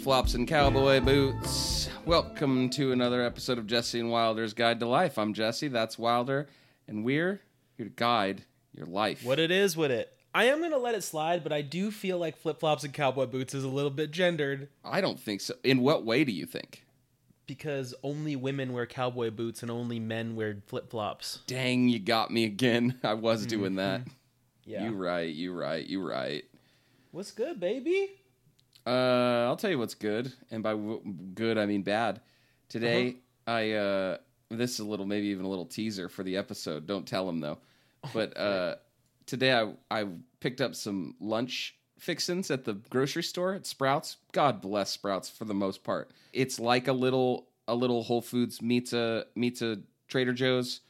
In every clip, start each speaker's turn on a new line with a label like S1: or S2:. S1: flops and cowboy boots. Welcome to another episode of Jesse and Wilder's Guide to Life. I'm Jesse, that's Wilder, and we're here to guide your life.
S2: What it is with it. I am gonna let it slide, but I do feel like flip flops and cowboy boots is a little bit gendered
S1: I don't think so. In what way do you think?
S2: because only women wear cowboy boots and only men wear flip flops.
S1: Dang, you got me again. I was doing that.
S2: Mm-hmm. Yeah.
S1: You right, you right, you right.
S2: What's good, baby?
S1: Uh, I'll tell you what's good, and by w- good I mean bad. Today, I uh, this is a little, maybe even a little teaser for the episode. Don't tell him though. But uh, today I I picked up some lunch fixins at the grocery store at Sprouts. God bless Sprouts for the most part. It's like a little a little Whole Foods meets a meets a uh, Trader Joe's.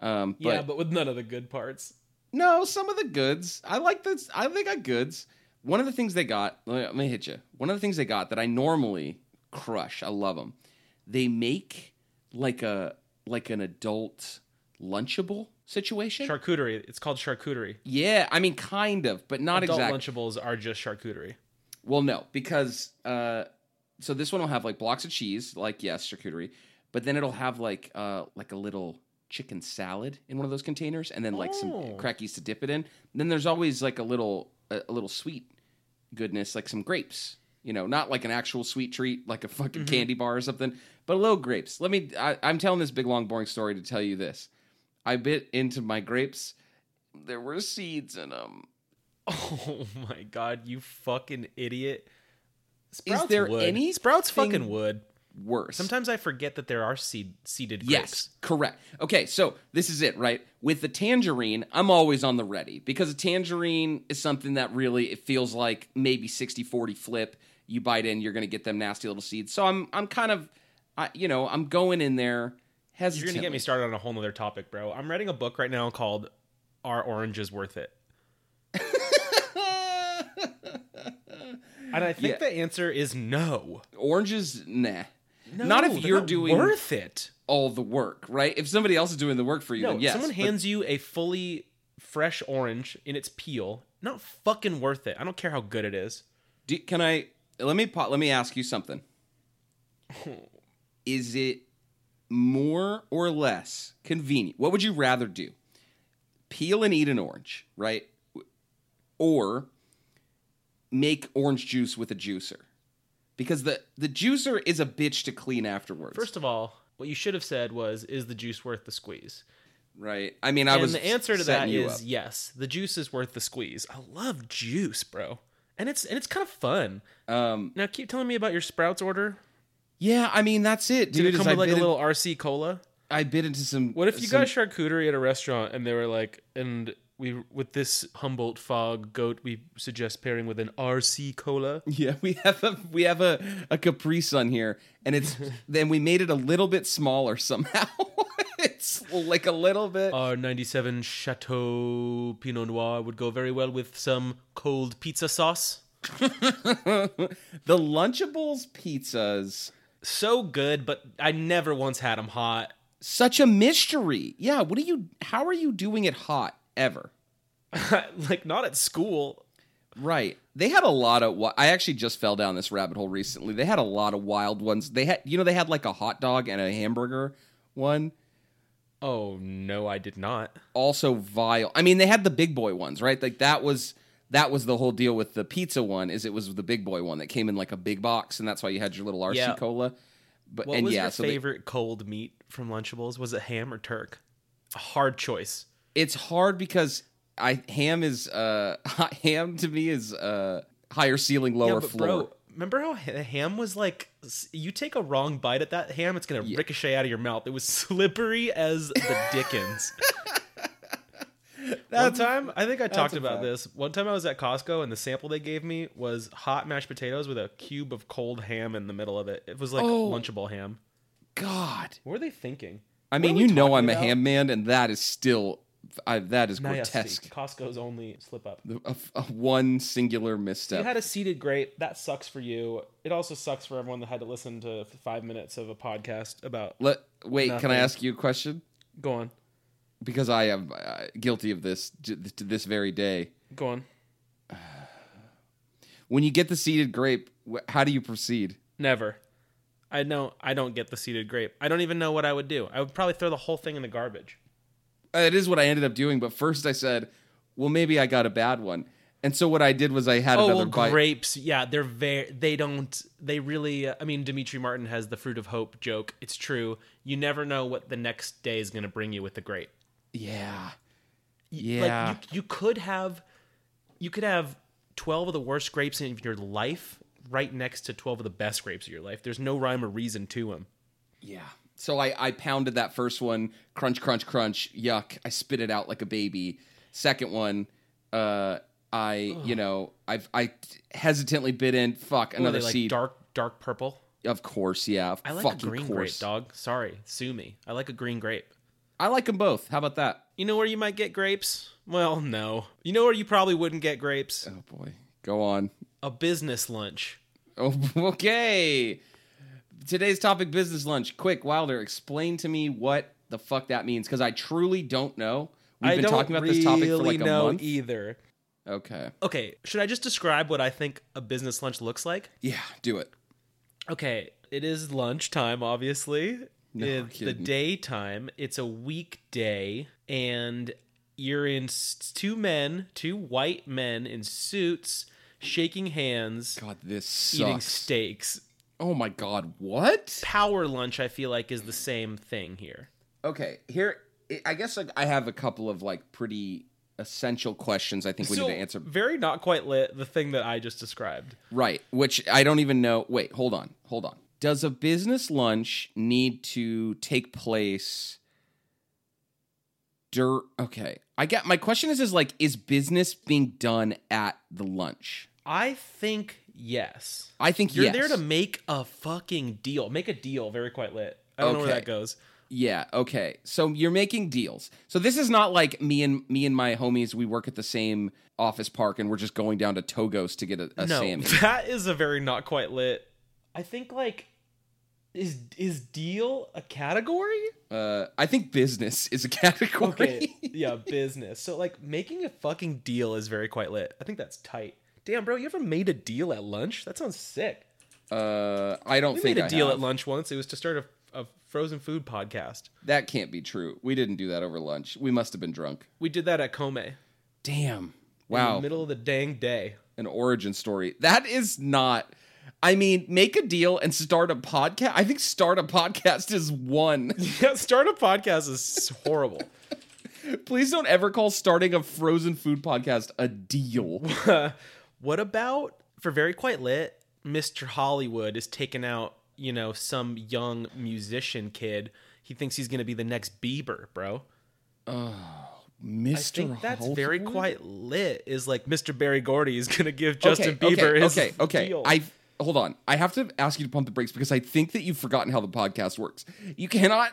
S1: Um,
S2: Yeah, but with none of the good parts.
S1: no, some of the goods. I like this. I think I goods. One of the things they got. Let me, let me hit you. One of the things they got that I normally crush. I love them. They make like a like an adult lunchable situation.
S2: Charcuterie. It's called charcuterie.
S1: Yeah, I mean, kind of, but not
S2: Adult
S1: exactly.
S2: Lunchables are just charcuterie.
S1: Well, no, because uh, so this one will have like blocks of cheese, like yes, charcuterie, but then it'll have like uh, like a little chicken salad in one of those containers, and then like
S2: Oh.
S1: some crackies to dip it in. then there's always like a little a, a little sweet goodness, like some grapes. You know, not like an actual sweet treat, like a fucking
S2: Mm-hmm.
S1: candy bar or something, but a little grapes. Let me. I, I'm telling this big long boring story to tell you this. I bit into my grapes. There were seeds in them.
S2: Oh my god, you fucking idiot!
S1: there
S2: would.
S1: any
S2: Sprouts
S1: thing-
S2: fucking would.
S1: Worse.
S2: Sometimes I forget that there are seed seeded grapes.
S1: Yes, correct. Okay, so this is it, right? With the tangerine, I'm always on the ready because a tangerine is something that really it feels like maybe 60-40 flip. You bite in, you're going to get them nasty little seeds. So I'm I'm kind of I, you know, I'm going in there
S2: You're
S1: hesitantly.
S2: gonna get me started on a whole nother topic, bro. I'm writing a book right now called "Are Oranges Worth It?" And I think
S1: Yeah.
S2: the answer is no.
S1: Oranges, nah.
S2: no
S1: not if
S2: they're
S1: you're doing
S2: worth it.
S1: all the work, right? If somebody else is doing the work for you,
S2: No,
S1: then yes.
S2: someone
S1: but-
S2: hands you a fully fresh orange in its peel. Not fucking worth it. I don't care how good it is.
S1: Do, can I let me pa- let me ask you something? Is it more or less convenient? What would you rather do? Peel and eat an orange, right? Or make orange juice with a juicer. Because the the juicer is a bitch to clean afterwards.
S2: First of all, what you should have said was, "Is the juice worth the squeeze?"
S1: right. I mean, I was
S2: and the answer to that
S1: setting you
S2: is
S1: up.
S2: yes. The juice is worth the squeeze. I love juice, bro, and it's and it's kind of fun.
S1: um
S2: Now keep telling me about your Sprouts order.
S1: yeah, I mean, that's it,
S2: Did
S1: dude.
S2: it
S1: is
S2: come
S1: I
S2: with like a
S1: bit in-
S2: little RC cola?
S1: I bit into some
S2: What if you
S1: some-
S2: got charcuterie at a restaurant and they were like, and we with this Humboldt fog goat, we suggest pairing with an RC cola.
S1: Yeah, we have a we have a, a Capri Sun here, and it's then we made it a little bit smaller somehow. it's like a little bit.
S2: Our 97 Chateau Pinot Noir would go very well with some cold pizza sauce.
S1: the Lunchables pizzas,
S2: So good, but I never once had them hot.
S1: such a mystery. Yeah, what are you? How are you doing it hot ever?
S2: like not at school.
S1: Right. They had a lot of. wi- I actually just fell down this rabbit hole recently. They had a lot of wild ones. They had, you know, they had like a hot dog and a hamburger one.
S2: Oh no, I did not.
S1: also vile. I mean, they had the big boy ones, right? Like that was that was the whole deal with the pizza one. Is it was the big boy one that came in like a big box, and that's why you had your little RC
S2: Yeah.
S1: cola. But
S2: What
S1: and
S2: was
S1: yeah,
S2: your
S1: so they-
S2: favorite cold meat from Lunchables? Was it ham or turk? A hard choice.
S1: it's hard because I ham is uh ham to me is uh higher ceiling, lower
S2: Yeah, but
S1: floor.
S2: bro, remember how ha- the ham was like? s- You take a wrong bite at that ham, it's gonna ricochet out of your mouth. It was slippery as the Dickens. One
S1: That's-
S2: time, I think I talked
S1: a
S2: about
S1: fact.
S2: this. One time I was at Costco, and the sample they gave me was hot mashed potatoes with a cube of cold ham in the middle of it. It was like
S1: Oh.
S2: lunchable ham.
S1: God,
S2: What were they thinking?
S1: I
S2: are
S1: mean,
S2: we
S1: you know
S2: talking
S1: I'm
S2: about?
S1: a ham man, and that is still I, that is
S2: Nasty.
S1: grotesque.
S2: Costco's only slip up.
S1: A, a one singular
S2: You
S1: misstep.
S2: had a seated grape. That sucks for you. It also sucks for everyone that had to listen to five minutes of a podcast about.
S1: Let wait. Can I
S2: Nothing.
S1: ask you a question?
S2: Go on.
S1: because I am uh, guilty of this to, to this very day.
S2: Go on.
S1: When you get the seeded grape, wh- how do you proceed?
S2: Never. I know I don't get the seeded grape. I don't even know what I would do. I would probably throw the whole thing in the garbage.
S1: Uh, It is what I ended up doing, but first I said, "Well, maybe I got a bad one." And so what I did was I had
S2: Oh,
S1: another
S2: well,
S1: bite.
S2: grapes. Yeah, they're very. They don't. They really. I mean, Dimitri Martin has the fruit of hope joke. It's true. You never know what the next day is going to bring you with the grape.
S1: Yeah. Yeah.
S2: Like you, you could have, you could have twelve of the worst grapes in your life right next to twelve of the best grapes of your life. There's no rhyme or reason to them.
S1: Yeah. So I, I pounded that first one, crunch, crunch, crunch, yuck. I spit it out like a baby. Second one, uh, I, you know, I've, I hesitantly bit in, fuck,
S2: Were
S1: another
S2: they like
S1: seed.
S2: dark, dark purple.
S1: Of course, yeah.
S2: I like
S1: fucking
S2: a green grape,
S1: course.
S2: dog. Sorry, sue me. I like a green grape.
S1: I like them both. How about that?
S2: You know where you might get grapes? Well, no. You know where you probably wouldn't get grapes?
S1: Oh, boy. Go on.
S2: A business lunch.
S1: Oh, okay. Today's topic business lunch. Quick, Wilder, explain to me what the fuck that means because I truly don't e- know. We've
S2: I
S1: been
S2: don't
S1: talking about this topic for
S2: really
S1: like a
S2: know
S1: month.
S2: either.
S1: Okay.
S2: Okay, should I just describe what I think a business lunch looks like?
S1: Yeah, do it.
S2: Okay, it is lunchtime, obviously.
S1: No
S2: it's the
S1: kidding.
S2: daytime. It's a weekday, and you're in s- two men, two white men in suits, shaking hands,
S1: God, this
S2: eating
S1: sucks.
S2: steaks.
S1: Oh my god, what?
S2: Power lunch, I feel like, is the same thing here.
S1: Okay, here I- I guess like, I have a couple of like pretty essential questions I think we
S2: So,
S1: need to answer.
S2: Very not quite lit, the thing that I just described.
S1: Right, which I don't even know. Wait, hold on. Hold on. Does a business lunch need to take place dur Okay. I get my question is is like is business being done at the lunch?
S2: I think yes.
S1: I think
S2: You're
S1: yes.
S2: there to make a fucking deal. Make a deal, very quite lit. I don't know where
S1: Okay.
S2: that goes.
S1: Yeah, okay. So you're making deals. So this is not like me and me and my homies we work at the same office park and we're just going down to Togo's to get a, a
S2: no,
S1: Sammy.
S2: that is a very not quite lit. I think like is is deal a category?
S1: Uh I think business is a category.
S2: yeah, business. So like making a fucking deal is very quite lit. I think that's tight. Damn, bro, you ever made a deal at lunch? That sounds sick.
S1: Uh I don't
S2: We
S1: think
S2: made a
S1: I
S2: deal
S1: have.
S2: at lunch once. It was to start a, a frozen food podcast.
S1: That can't be true. We didn't do that over lunch. We must have been drunk.
S2: We did that at Kome.
S1: Damn.
S2: In the
S1: Wow.
S2: middle of the dang day.
S1: An origin story. That is not I mean, make a deal and start a podcast. I think start a podcast is one.
S2: Yeah, start a podcast is horrible.
S1: Please don't ever call starting a frozen food podcast a deal.
S2: what about for very quite lit? Mr. Hollywood is taking out, you know, some young musician kid. He thinks he's gonna be the next Bieber, bro.
S1: Mr.
S2: I think that's
S1: Hollywood?
S2: very quite lit. Is like Mr. Barry Gordy is gonna give Justin
S1: okay,
S2: Bieber
S1: okay,
S2: his
S1: okay, okay.
S2: deal.
S1: I hold on. I have to ask you to pump the brakes because I think that you've forgotten how the podcast works. You cannot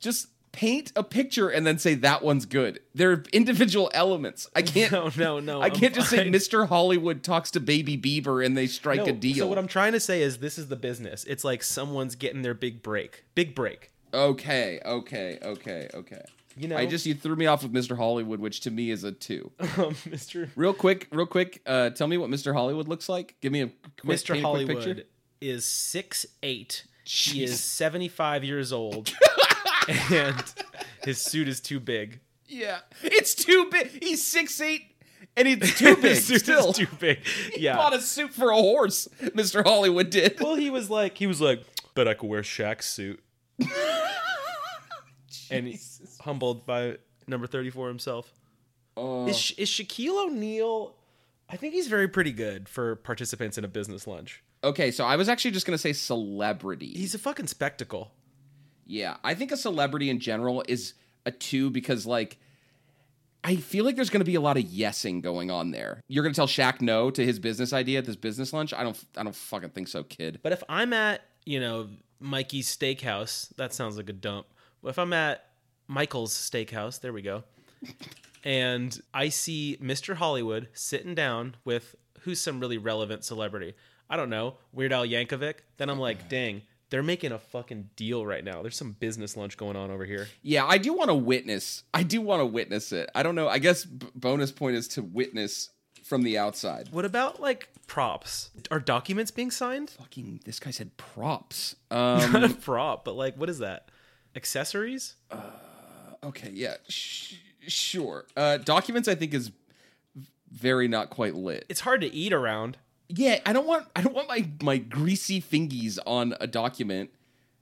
S1: just paint a picture and then say that one's good. They're individual elements. I can't.
S2: No, no, no,
S1: I
S2: I'm
S1: can't just say
S2: fine.
S1: Mr. Hollywood talks to Baby Bieber and they strike
S2: No,
S1: a deal.
S2: So what I'm trying to say is this is the business. It's like someone's getting their big break. Big break.
S1: okay, okay, okay, okay.
S2: You know-
S1: I just you threw me off with Mr. Hollywood, which to me is a two.
S2: Um, Mr.
S1: Real quick, real quick. Uh, tell me what Mr. Hollywood looks like. Give me a quick,
S2: Mr.
S1: paint a quick picture.
S2: Hollywood is six eight. He
S1: Jeez.
S2: is seventy five years old, and his suit is too big.
S1: Yeah, it's too big. He's six eight, and it's too big.
S2: his suit
S1: still,
S2: is too big.
S1: bought
S2: Yeah.
S1: a suit for a horse. Mister Hollywood did.
S2: well, he was like, he was like, bet I could wear Shaq's suit, and he's humbled by number thirty four himself.
S1: Oh.
S2: Is, Sha- is Shaquille O'Neal? I think he's very pretty good for participants in a business lunch.
S1: okay, so I was actually just gonna say celebrity.
S2: He's a fucking spectacle.
S1: yeah, I think a celebrity in general is a two because like. I feel like there's going to be a lot of yesing going on there. You're going to tell Shaq no to his business idea at this business lunch? I don't I don't fucking think so, kid.
S2: But if I'm at, you know, Mikey's Steakhouse, that sounds like a dump. But if I'm at Michael's Steakhouse, there we go, and I see Mr. Hollywood sitting down with who's some really relevant celebrity, I don't know, Weird Al Yankovic, then I'm like, dang, they're making a fucking deal right now. There's some business lunch going on over here.
S1: Yeah, I do want to witness. I do want to witness it. I don't know. I guess b- bonus point is to witness from the outside.
S2: What about like props? Are documents being signed?
S1: Fucking, this guy said props. Um,
S2: Not a prop, but like, what is that? Accessories?
S1: okay, yeah, sh- sure. Uh, documents, I think, is very not quite lit.
S2: It's hard to eat around.
S1: Yeah, I don't want I don't want my my greasy fingies on a document.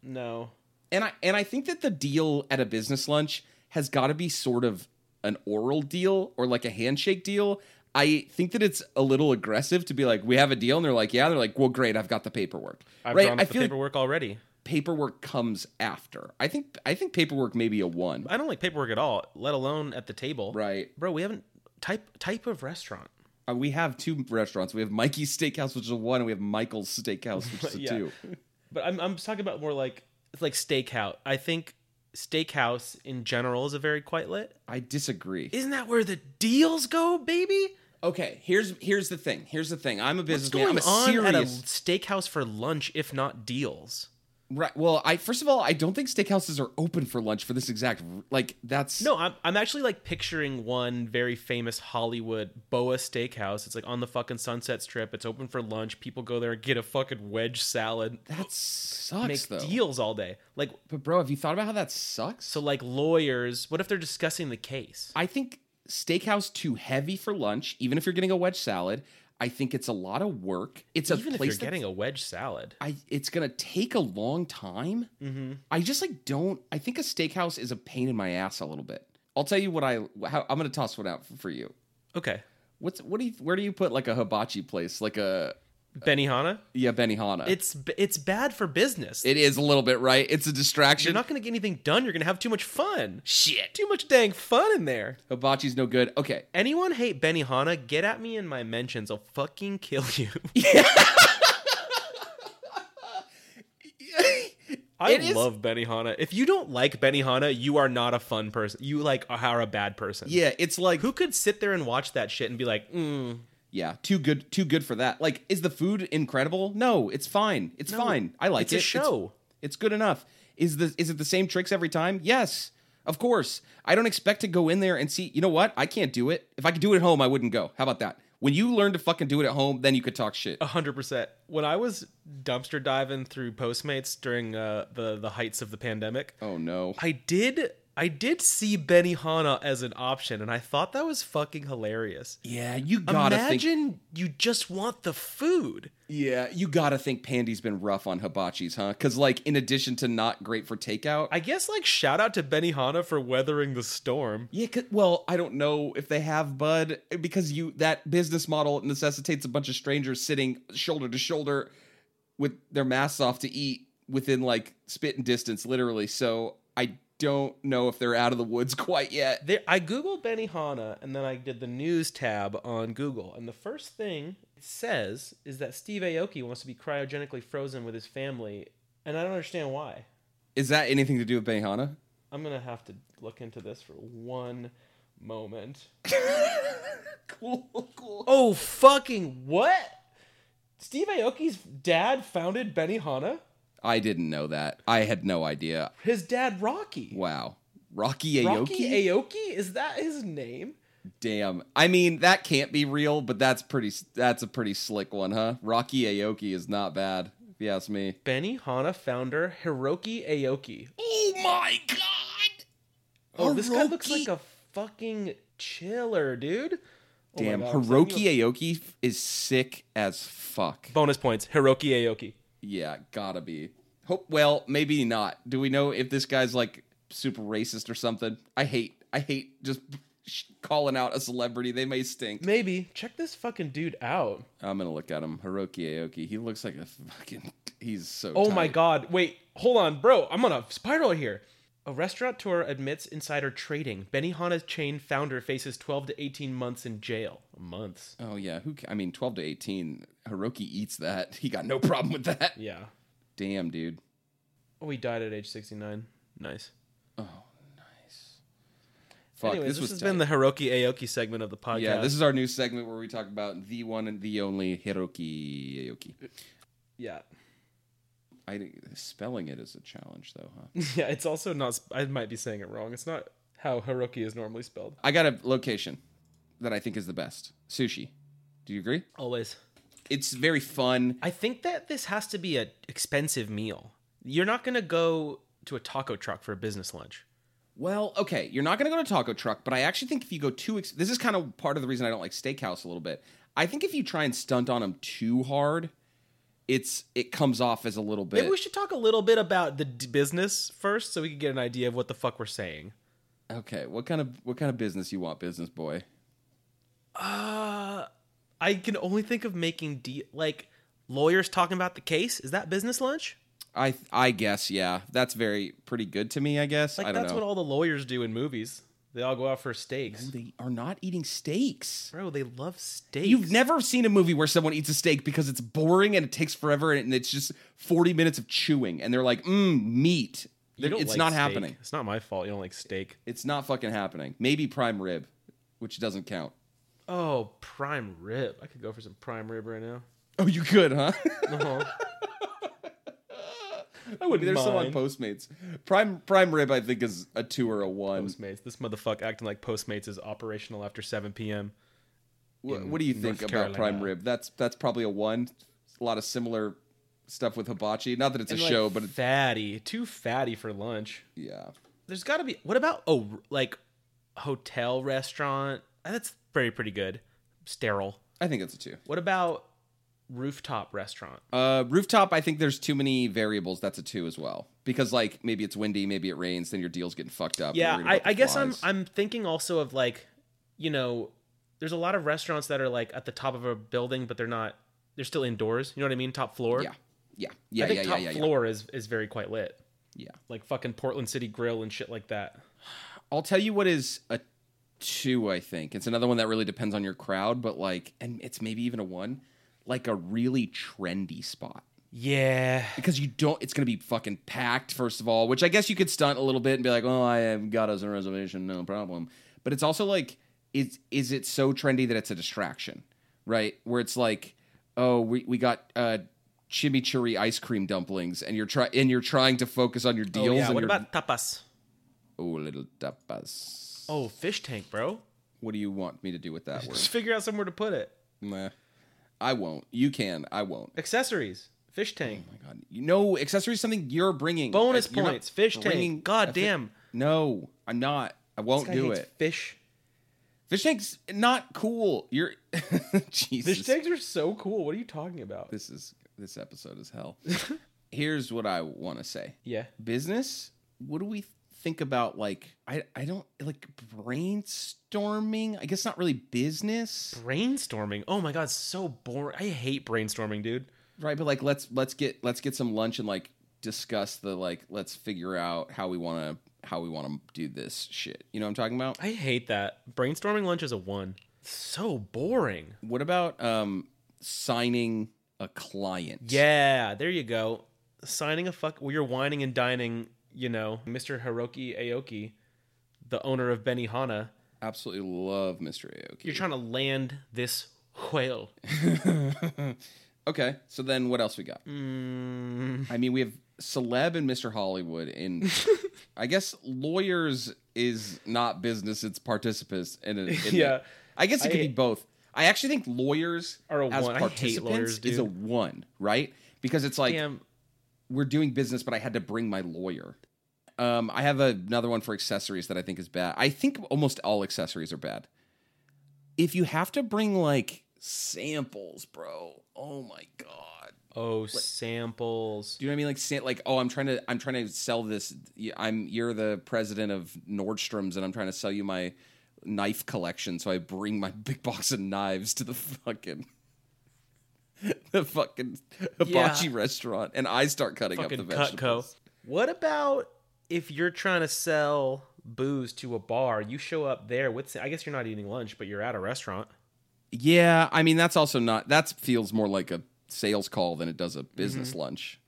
S2: No.
S1: And I and I think that the deal at a business lunch has got to be sort of an oral deal or like a handshake deal. I think that it's a little aggressive to be like, we have a deal, and they're like, yeah, they're like, well, great, I've got the paperwork.
S2: I've
S1: right?
S2: drawn
S1: I
S2: the
S1: feel like
S2: paperwork already.
S1: paperwork comes after. I think I think paperwork may be a one.
S2: I don't like paperwork at all, let alone at the table.
S1: Right.
S2: Bro, we haven't type type of restaurant.
S1: Uh, we have two restaurants. We have Mikey's Steakhouse, which is a one, and we have Michael's Steakhouse, which is a
S2: Yeah.
S1: two.
S2: But I'm I'm talking about more like it's like steakhouse. I think steakhouse in general is a very quiet lit.
S1: I disagree.
S2: Isn't that where the deals go, baby?
S1: Okay, here's here's the thing. Here's the thing. I'm a
S2: What's
S1: businessman.
S2: going
S1: I'm a
S2: on
S1: serious.
S2: at a steakhouse for lunch if not deals?
S1: Right. Well, I first of all, I don't think steakhouses are open for lunch for this exact r- like that's
S2: No, I'm I'm actually like picturing one very famous Hollywood Boa Steakhouse. It's like on the fucking Sunset Strip. It's open for lunch. People go there and get a fucking wedge salad.
S1: that sucks
S2: Make
S1: though.
S2: deals all day. Like
S1: But bro, have you thought about how that sucks?
S2: so like lawyers, what if they're discussing the case?
S1: I think steakhouse too heavy for lunch, even if you're getting a wedge salad. I think it's a lot of work. It's
S2: Even
S1: a
S2: if
S1: place
S2: you're
S1: that
S2: getting a wedge salad.
S1: I it's gonna take a long time.
S2: Mm-hmm.
S1: I just like don't. I think a steakhouse is a pain in my ass a little bit. I'll tell you what I how, I'm gonna toss one out for, for you.
S2: Okay.
S1: What's what do you where do you put like a hibachi place like a
S2: Benihana?
S1: yeah Benihana?
S2: It's b- it's bad for business.
S1: Uh, It is a little bit right. It's a
S2: you're
S1: distraction.
S2: not going to get anything done. You're going to have too much fun.
S1: Shit,
S2: Too much dang fun in there.
S1: hibachi's no good. Okay,
S2: Anyone hate Benihana? Get at me in my mentions. I'll fucking kill you. I
S1: It is-
S2: love Benihana. If you don't like Benihana, you are not a fun person. You like are a bad person.
S1: yeah, it's like
S2: Who could sit there and watch that shit and be like, mm,
S1: yeah, too good, too good for that. Like, is the food incredible? No, it's fine. It's fine. I like
S2: it's
S1: it.
S2: a show.
S1: It's good enough. Is the is it the same tricks every time? Yes. Of course. I don't expect to go in there and see, you know what? I can't do it. If I could do it at home, I wouldn't go. How about that? When you learn to fucking do it at home, then you could talk shit.
S2: hundred percent. When I was dumpster diving through Postmates during uh, the the heights of the pandemic,
S1: Oh no.
S2: I did I did see Benihana as an option, and I thought that was fucking hilarious.
S1: Yeah, you gotta think
S2: Imagine you just want the food.
S1: Yeah, you gotta think Pandy's been rough on hibachis, huh? Cause like in addition to not great for takeout.
S2: I guess like shout out to Benihana for weathering the storm.
S1: yeah, 'cause- well, I don't know if they have Bud because you that business model necessitates a bunch of strangers sitting shoulder to shoulder with their masks off to eat within like spit and distance, literally. So I don't know if they're out of the woods quite yet.
S2: There, I googled Benihana and then I did the news tab on Google, and the first thing it says is that Steve Aoki wants to be cryogenically frozen with his family, and I don't understand why.
S1: Is that anything to do with Benihana?
S2: I'm gonna have to look into this for one moment.
S1: cool, cool.
S2: Oh fucking what? Steve Aoki's dad founded Benihana.
S1: I didn't know that. I had no idea.
S2: His dad Rocky.
S1: Wow. Rocky Aoki?
S2: Rocky Aoki is that his name?
S1: Damn. I mean, that can't be real, but that's pretty. That's a pretty slick one, huh? Rocky Aoki is not bad, if you ask me.
S2: Benihana founder Hiroki Aoki.
S1: Oh my god!
S2: Oh, this guy looks like a fucking chiller, dude. Oh my
S1: damn.
S2: God, I'm sending
S1: Hiroki
S2: you
S1: Aoki f- is sick as fuck.
S2: a- Bonus points. Hiroki Aoki.
S1: Yeah, gotta be. Hope. Well, maybe not. Do we know if this guy's like super racist or something? I hate. I hate just sh- calling out a celebrity. They may stink.
S2: Maybe. Check this fucking dude out.
S1: I'm gonna look at him. Hiroki Aoki. He looks like a fucking. He's so.
S2: Oh my
S1: tight.
S2: god. Wait, hold on, bro. I'm on a spiral here. A restaurateur admits insider trading. Benihana chain founder faces 12 to 18 months in jail. Months.
S1: Oh yeah, who? ca- I mean, twelve to eighteen. Hiroki eats that. He got no problem with that.
S2: Yeah.
S1: Damn, dude.
S2: Oh, he died at age 69. Nice.
S1: Fuck,
S2: Anyways,
S1: this,
S2: this,
S1: was
S2: has
S1: tight.
S2: been the Hiroki Aoki segment of the podcast.
S1: yeah. This is our new segment where we talk about the one and the only Hiroki Aoki.
S2: yeah.
S1: I think spelling it is a challenge though, huh?
S2: Yeah, it's also not. sp- I might be saying it wrong. It's not how Hiroki is normally spelled.
S1: I got a location that I think is the best. Sushi. Do you agree?
S2: Always.
S1: It's very fun.
S2: I think that this has to be an expensive meal. You're not going to go to a taco truck for a business lunch.
S1: Well, okay, you're not going to go to Taco Truck, but I actually think if you go too, ex- this is kind of part of the reason I don't like Steakhouse a little bit. I think if you try and stunt on them too hard, it's it comes off as a little bit.
S2: Maybe we should talk a little bit about the d- business first so we can get an idea of what the fuck we're saying.
S1: okay, what kind of what kind of business you want, business boy?
S2: Uh, I can only think of making de- like lawyers talking about the case. Is that business lunch?
S1: I I guess yeah, that's very pretty good to me. I guess
S2: Like
S1: I don't
S2: that's
S1: know.
S2: what all the lawyers do in movies. They all go out for steaks.
S1: they are not eating steaks.
S2: Bro, they love steaks.
S1: You've never seen a movie where someone eats a steak because it's boring and it takes forever and it's just 40 minutes of chewing and they're like, mmm, meat.
S2: You don't
S1: it's
S2: like
S1: not
S2: steak.
S1: happening.
S2: It's not my fault. You don't like steak.
S1: It's not fucking happening. Maybe prime rib, which doesn't count.
S2: Oh, prime rib. I could go for some prime rib right now.
S1: Oh, you could, huh?
S2: Uh-huh.
S1: I would. There's some on
S2: Mine.
S1: Postmates. Prime prime rib, I think, is a two or a one.
S2: Postmates. This motherfucker acting like Postmates is operational after 7 p.m.
S1: Wh-
S2: in
S1: what do you
S2: North
S1: think about prime
S2: Carolina.
S1: rib? That's that's probably a one. A lot of similar stuff with hibachi. Not that it's
S2: And,
S1: a
S2: like,
S1: show, but it,
S2: fatty, too fatty for lunch.
S1: yeah.
S2: There's got to be. What about oh, r- like hotel restaurant? Uh, That's very pretty good. Sterile.
S1: I think it's a two.
S2: What about rooftop restaurant?
S1: Uh, rooftop, I think there's too many variables. That's a two as well. Because like maybe it's windy, maybe it rains, then your deal's getting fucked up. You're
S2: Yeah,
S1: worried
S2: I,
S1: about the
S2: I guess I'm
S1: flies.
S2: I'm thinking also of like, you know, there's a lot of restaurants that are like at the top of a building, but they're not. They're still indoors. You know what I mean? Top floor.
S1: yeah, yeah, yeah,
S2: I think
S1: yeah, yeah,
S2: top
S1: yeah, yeah.
S2: floor is is very quite lit.
S1: Yeah.
S2: Like fucking Portland City Grill and shit like that.
S1: I'll tell you what is a two. I think it's another one that really depends on your crowd, but like, and it's maybe even a one, like a really trendy spot.
S2: Yeah.
S1: because you don't it's going to be fucking packed first of all which i guess you could stunt a little bit and be like oh i have got us a reservation no problem but it's also like is is it so trendy that it's a distraction right where it's like oh we, we got uh chimichurri ice cream dumplings and you're try and you're trying to focus on your deals
S2: Oh, yeah.
S1: and
S2: What
S1: you're-
S2: about tapas?
S1: oh little tapas
S2: Oh, fish tank, bro.
S1: what do you want me to do with that word
S2: Just figure out somewhere to put it.
S1: Nah. i won't you can i won't
S2: Accessories, fish tank,
S1: oh my god you know accessory is something you're bringing
S2: bonus
S1: You're not
S2: points, fish
S1: bringing
S2: tank. God
S1: a fi-
S2: damn,
S1: No, I'm not. I won't
S2: This guy
S1: do
S2: hates
S1: it.
S2: Fish.
S1: Fish tank's not cool. You're Jesus.
S2: Fish tanks are so cool. What are you talking about?
S1: This is this episode is hell. Here's what I want to say.
S2: Yeah.
S1: Business. What do we think about? Like, I I don't like brainstorming. I guess not really business,
S2: Brainstorming. Oh my god, so boring. I hate brainstorming, dude.
S1: right? But like, let's let's get let's get some lunch and like discuss the like let's figure out how we want to how we want to do this shit. You know what I'm talking about?
S2: I hate that. Brainstorming lunch is a one. So boring.
S1: What about um signing a client?
S2: Yeah, there you go. Signing a fuck. Well, you're whining and dining, you know, Mr. Hiroki Aoki, the owner of Benihana.
S1: absolutely love Mr. Aoki.
S2: You're trying to land this whale.
S1: okay, so then what else we got?
S2: Mm,
S1: I mean, we have celeb and Mr. Hollywood, and I guess lawyers is not business; it's participants. And in it.
S2: Yeah.
S1: I guess it could
S2: I-
S1: be both. I actually think lawyers
S2: Are a
S1: as
S2: one. I hate
S1: participants
S2: lawyers,
S1: is
S2: dude.
S1: a one, right? Because it's like
S2: damn.
S1: we're doing business, but I had to bring my lawyer. Um, I have another one for accessories that I think is bad. I think almost all accessories are bad. If you have to bring like samples, bro. Oh my god.
S2: Oh, samples.
S1: Do you know what I mean? Like, sa- like, oh, I'm trying to, I'm trying to sell this. y- I'm, you're the president of Nordstrom's, and I'm trying to sell you my knife collection. So I bring my big box of knives to the fucking, the fucking hibachi restaurant, and I start cutting
S2: Fucking
S1: up the vegetables.
S2: Cutco. What about if you're trying to sell booze to a bar? You show up there with. I guess you're not eating lunch, but you're at a restaurant.
S1: Yeah, I mean that's also not that feels more like a sales call than it does a business
S2: Mm-hmm.
S1: lunch.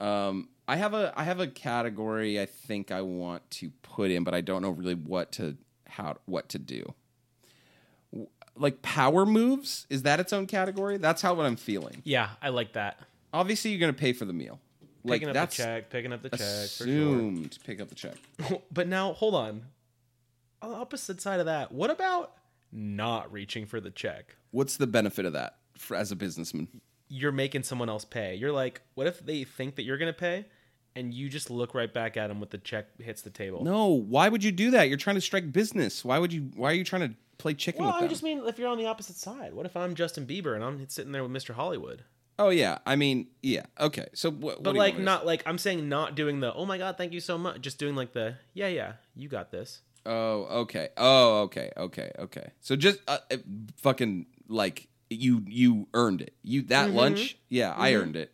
S1: Um, I have a I have a category I think I want to put in, but I don't know really what to how what to do. W- Like power moves is that its own category? That's how what I'm feeling.
S2: Yeah, I like that.
S1: Obviously, you're going to pay for the meal. Like
S2: Picking up
S1: that's
S2: the check, picking up the check. For sure.
S1: assumed. Pick up the check.
S2: but now hold on on the opposite side of that what about not reaching for the check.
S1: What's the benefit of that for, as a businessman?
S2: You're making someone else pay. You're like, what if they think that you're going to pay and you just look right back at them with the check hits the table?
S1: No, why would you do that? You're trying to strike business. Why would you? Why are you trying to play chicken
S2: Well,
S1: with
S2: I
S1: them?
S2: just mean if you're on the opposite side. What if I'm Justin Bieber and I'm sitting there with Mr. Hollywood?
S1: Oh yeah, I mean yeah, okay. So wh- what?
S2: But
S1: do you
S2: like
S1: want us-
S2: not like I'm saying not doing the oh my god thank you so much just doing like the yeah yeah you got this
S1: Oh okay. Oh okay. Okay. Okay. So just uh, uh, fucking like you you earned it. You
S2: Mm-hmm.
S1: that lunch? Yeah, I earned it.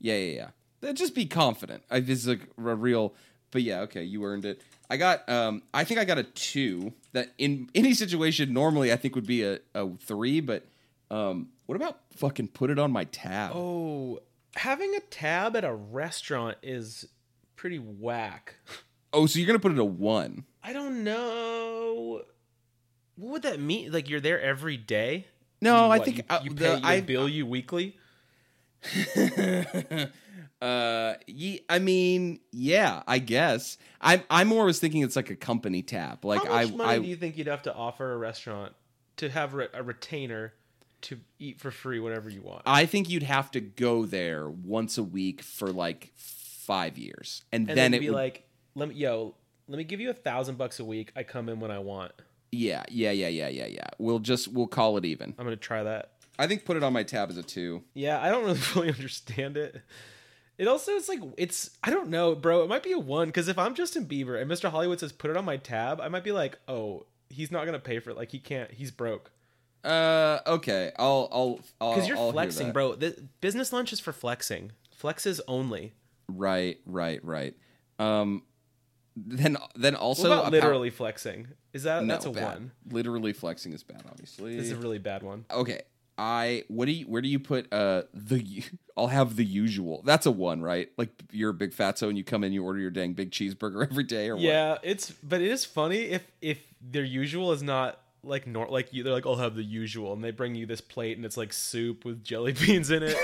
S1: Yeah yeah yeah. Then Just be confident. I this is like a real. But yeah, okay, you earned it. I got um I think I got a two. That in any situation normally I think would be a, a three, but um what about fucking put it on my tab?
S2: oh having a tab at a restaurant is pretty whack
S1: oh so you're gonna put it a one.
S2: I don't know. What would that mean? Like you're there every day?
S1: No, I
S2: What,
S1: think
S2: you,
S1: uh,
S2: you
S1: the-
S2: pay. they
S1: I-
S2: bill you weekly.
S1: uh, ye- I mean, yeah, I guess. I I more was thinking it's like a company tab. Like
S2: How much
S1: I,
S2: money
S1: I
S2: do you think you'd have to offer a restaurant to have re- a retainer to eat for free whatever you want?
S1: I think you'd have to go there once a week for like five years, and,
S2: and
S1: then
S2: they'd
S1: it
S2: be
S1: would.
S2: like, let me yo, let me give you a thousand bucks a week. I come in when I want.
S1: yeah, yeah, yeah, yeah, yeah, yeah. We'll just we'll call it even.
S2: I'm gonna try that.
S1: I think put it on my tab as a two.
S2: Yeah, I don't really fully understand it. It also is like it's I don't know, bro. It might be a one because if I'm Justin Bieber and Mr. Hollywood says put it on my tab, I might be like, oh, he's not gonna pay for it. Like he can't. He's broke.
S1: Uh, okay. I'll I'll because
S2: Because you're flexing, bro. The, business lunch is for flexing. Flexes only.
S1: Right, right, right. Um, then then also
S2: What about
S1: appa-
S2: literally flexing? Is that
S1: No,
S2: that's a
S1: bad.
S2: one?
S1: Literally flexing is bad. Obviously,
S2: This is a really bad one.
S1: okay i what do you where do you put uh the u- i'll have the usual that's a one right like you're a big fatso and you come in you order your dang big cheeseburger every day or what
S2: Yeah, it's but it is funny if if their usual is not like nor like you, they're like I'll have the usual and they bring you this plate and it's like soup with jelly beans in it.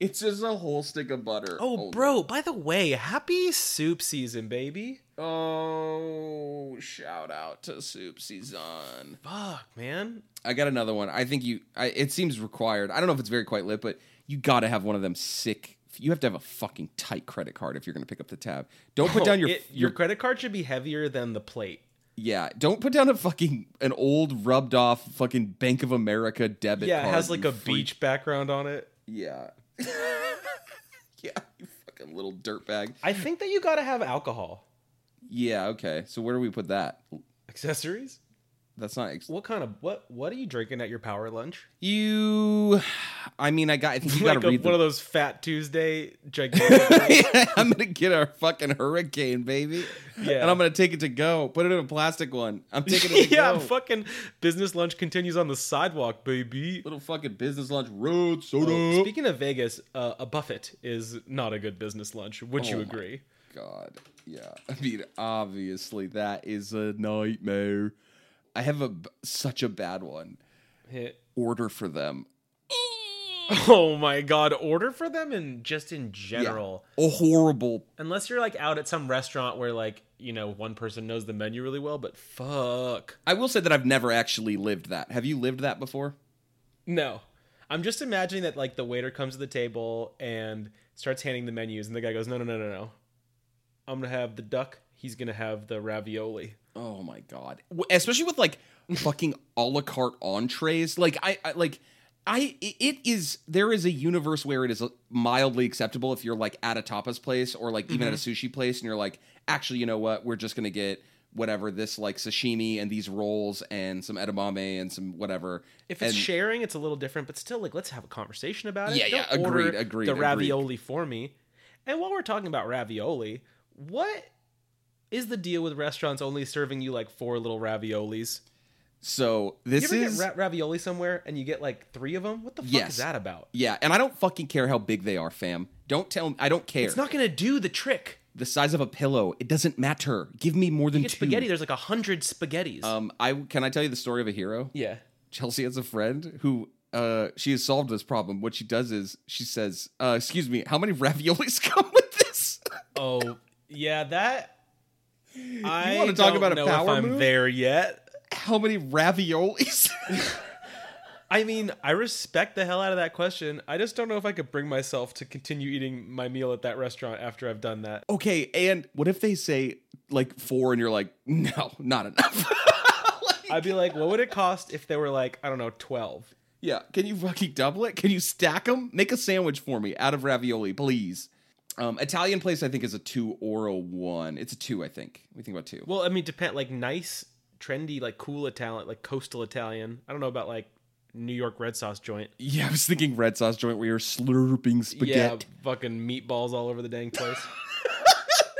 S1: it's just a whole stick of butter
S2: Oh,
S1: Hold
S2: bro, by the way, happy soup season, baby.
S1: on. oh shout out to soup season
S2: Fuck, man.
S1: i got another one i think you I, it seems required i don't know if it's very quite lit but you gotta have one of them sick you have to have a fucking tight credit card if you're gonna pick up the tab don't put
S2: Oh,
S1: down your
S2: it-
S1: your
S2: your credit card should be heavier than the plate.
S1: Yeah, don't put down a fucking an old rubbed off fucking Bank of America debit
S2: Yeah,
S1: card.
S2: it has like
S1: you
S2: a
S1: freak.
S2: beach background on it.
S1: Yeah. yeah, you fucking little dirtbag.
S2: I think that you got to have alcohol.
S1: Yeah, okay. So where do we put that?
S2: Accessories?
S1: That's not ex-
S2: What kind of what what are you drinking at your power lunch?
S1: You I mean, I got I think you got
S2: like
S1: to
S2: a,
S1: read
S2: one of
S1: the
S2: those fat Tuesday gigantic
S1: I'm going to get our fucking hurricane, baby.
S2: Yeah.
S1: And I'm going to take it to go. Put it in a plastic one. I'm taking it to
S2: yeah,
S1: go.
S2: fucking business lunch continues on the sidewalk, baby.
S1: little fucking business lunch road soda.
S2: Oh, speaking of Vegas, uh, a buffet is not a good business lunch. Would
S1: Oh
S2: you
S1: my-
S2: agree?
S1: God. Yeah. I mean, obviously, that is a nightmare. I have a b- such a bad one.
S2: Hit.
S1: Order for them.
S2: Oh my god, order for them and just in general.
S1: A horrible.
S2: Unless you're like out at some restaurant where like, you know, one person knows the menu really well, but fuck.
S1: I will say that I've never actually lived that. Have you lived that before?
S2: No. I'm just imagining that like the waiter comes to the table and starts handing the menus and the guy goes, "No, no, no, no, no. I'm going to have the duck. He's going to have the ravioli."
S1: Oh my god. W- Especially with like fucking a la carte entrees. Like I, I like I i- it is there is a universe where it is uh, mildly acceptable if you're like at a tapas place or like even at a
S2: Mm-hmm.
S1: sushi place and you're like actually you know what we're just going to get whatever this like sashimi and these rolls and some edamame and some whatever.
S2: If it's
S1: And-
S2: sharing, it's a little different, but still, like, let's have a conversation about it.
S1: Yeah, yeah,
S2: Don't order
S1: agreed, agreed,
S2: The
S1: agreed.
S2: ravioli for me. And while we're talking about ravioli, what is the deal with restaurants only serving you like four little raviolis?
S1: so
S2: You
S1: this
S2: ever
S1: is
S2: get ra- ravioli somewhere and you get like three of them? What the fuck
S1: Yes.
S2: is that about?
S1: yeah, and I don't fucking care how big they are, fam. Don't tell me I don't care.
S2: It's not gonna do the trick.
S1: the size of a pillow, it doesn't matter. Give me more than
S2: You get
S1: two.
S2: spaghetti. There's like a hundred spaghettis.
S1: Um I can I tell you the story of a hero?
S2: yeah.
S1: Chelsea has a friend who uh she has solved this problem. What she does is she says, uh, "Excuse me, how many raviolis come with this?"
S2: Oh, yeah, that. I
S1: wanna talk
S2: don't
S1: about a
S2: know
S1: power
S2: if I'm
S1: move?
S2: there yet.
S1: How many raviolis?
S2: I mean, I respect the hell out of that question. I just don't know if I could bring myself to continue eating my meal at that restaurant after I've done that.
S1: okay, and what if they say like four and you're like, no, not enough? Like,
S2: I'd be like, what would it cost if there were like, I don't know, 12?
S1: yeah, can you fucking double it? Can you stack them? Make a sandwich for me out of ravioli, please. Um, Italian place, I think, is a two or a one. It's a two, I think. We think about two.
S2: Well, I mean, depend like nice, trendy, like cool Italian, like coastal Italian. I don't know about like New York red sauce joint.
S1: yeah, I was thinking red sauce joint where you're slurping
S2: Yeah,
S1: spaghetti.
S2: fucking meatballs all over the dang place.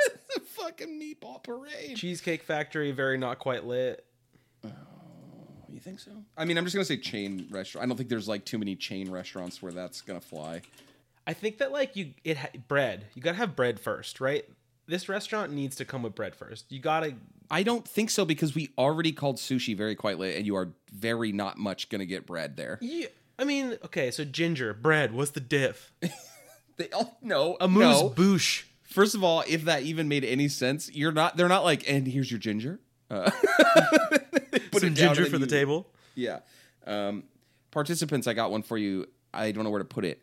S1: it's a fucking meatball parade.
S2: Cheesecake Factory, very not quite lit.
S1: You think so? I mean, I'm just gonna say chain restaurant. I don't think there's like too many chain restaurants where that's gonna fly.
S2: I think that like you, it ha- bread. You gotta have bread first, right? This restaurant needs to come with bread first. You gotta.
S1: I don't think so because we already called sushi very quietly, and you are very not much gonna get bread there.
S2: Yeah, I mean, okay, so ginger bread. What's the diff?
S1: They all no,
S2: A mousse
S1: no.
S2: bouche.
S1: First of all, if that even made any sense, you're not. They're not like, and here's your ginger. Uh, they put
S2: Some
S1: it down
S2: ginger
S1: and
S2: for
S1: then
S2: the
S1: you-
S2: table.
S1: Yeah. Um, participants, I got one for you. I don't know where to put it.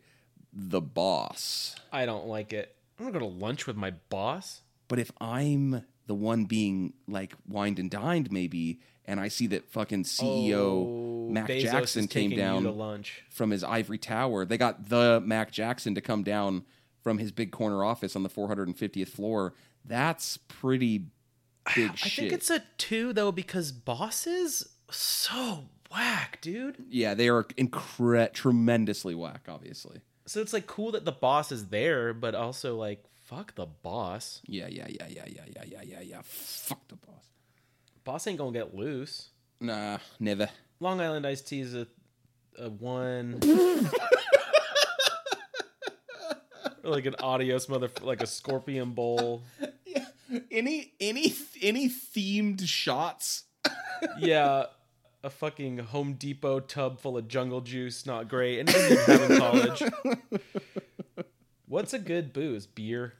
S1: The boss.
S2: I don't like it. I'm gonna go to lunch with my boss.
S1: But if I'm the one being like wined and dined, maybe, and I see that fucking CEO
S2: Oh,
S1: E Mac
S2: Bezos
S1: Jackson
S2: is
S1: came
S2: taking you to
S1: down
S2: lunch.
S1: from his ivory tower, they got the Mac Jackson to come down from his big corner office on the 450th floor. That's pretty big
S2: I
S1: shit.
S2: think it's a two though because bosses so whack, dude.
S1: yeah, they are incre- tremendously whack, obviously.
S2: So it's like cool that the boss is there, but also like fuck the boss.
S1: Yeah, yeah, yeah, yeah, yeah, yeah, yeah, yeah, yeah. Fuck the boss.
S2: Boss ain't gonna get loose.
S1: Nah, never.
S2: Long Island iced tea is a, a one. Or like an adios mother, like a scorpion bowl.
S1: Any any any themed shots
S2: Yeah, a fucking Home Depot tub full of jungle juice. Not great. Anything you have in college. What's a good booze? Beer.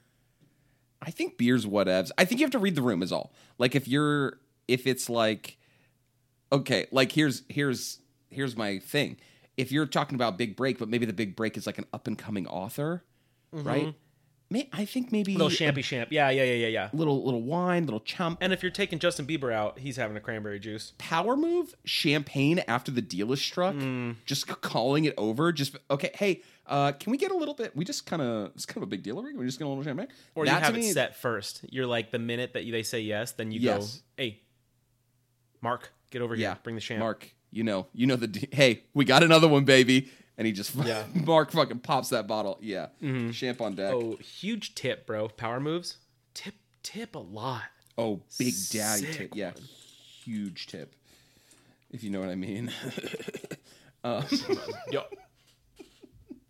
S1: I think beer's whatevs. I think you have to read the room is all. Like if you're if it's like okay, like here's here's here's my thing. If you're talking about big break, but maybe the big break is like an up and coming author, right? May, I think maybe
S2: Mm-hmm. little champy champ. Yeah, yeah, yeah, yeah, yeah.
S1: little little wine, little chump.
S2: And if you're taking Justin Bieber out, he's having a cranberry juice.
S1: Power move, champagne after the deal is struck,
S2: Mm.
S1: just c- calling it over. Just okay, hey, uh, can we get a little bit? We just kind of it's kind of a big deal. Are we We're just gonna little champagne,
S2: Or
S1: That
S2: you
S1: to
S2: have
S1: me-
S2: it set first. You're like the minute that you, they say yes, then you
S1: Yes.
S2: go, hey, Mark, get over
S1: Yeah,
S2: here, bring the champ.
S1: Mark, you know, you know the. d- Hey, we got another one, baby. And he just
S2: Yeah.
S1: Mark fucking pops that bottle. Yeah, champ on deck. Oh,
S2: Oh, huge tip, bro. Power moves. Tip, tip a lot.
S1: Oh, big daddy
S2: sick
S1: tip. Yeah, huge tip. If you know what I mean.
S2: Yo.